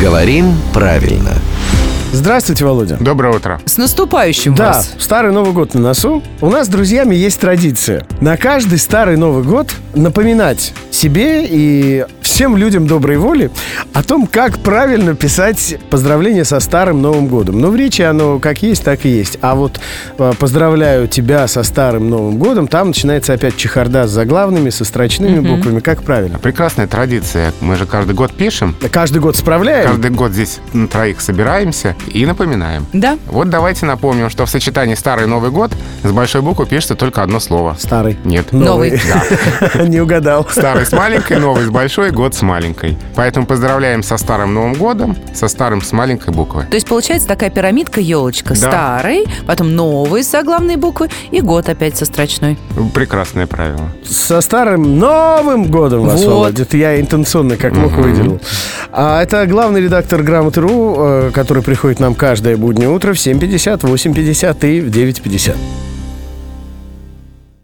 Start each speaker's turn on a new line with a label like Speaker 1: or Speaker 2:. Speaker 1: Говорим правильно.
Speaker 2: Здравствуйте, Володя.
Speaker 3: Доброе утро.
Speaker 4: С наступающим
Speaker 2: Да,
Speaker 4: вас.
Speaker 2: старый Новый год на носу. У нас с друзьями есть традиция. На каждый старый Новый год напоминать себе и всем людям доброй воли о том, как правильно писать поздравления со старым Новым годом. Ну, в речи оно как есть, так и есть. А вот э, поздравляю тебя со старым Новым годом, там начинается опять чехарда с заглавными, со строчными буквами. Как правильно?
Speaker 3: Прекрасная традиция. Мы же каждый год пишем.
Speaker 2: Каждый год справляем.
Speaker 3: Каждый год здесь на троих собираемся и напоминаем.
Speaker 4: Да.
Speaker 3: Вот давайте напомним, что в сочетании «Старый Новый год» с большой буквы пишется только одно слово.
Speaker 2: Старый.
Speaker 3: Нет.
Speaker 4: Новый.
Speaker 2: Не угадал.
Speaker 3: Старый с маленькой, новый с большой, год с маленькой. Поэтому поздравляем со старым Новым годом, со старым с маленькой буквы.
Speaker 4: То есть получается такая пирамидка елочка.
Speaker 3: Да.
Speaker 4: Старый, потом новый с заглавной буквы и год опять со строчной.
Speaker 3: Прекрасное правило.
Speaker 2: Со старым Новым годом вас,
Speaker 4: Вот.
Speaker 2: Володя. Это я интенционно как мог выделил. А это главный редактор Грамоты.ру, э, который приходит нам каждое буднее утро в 7.50, 8.50 и в 9.50.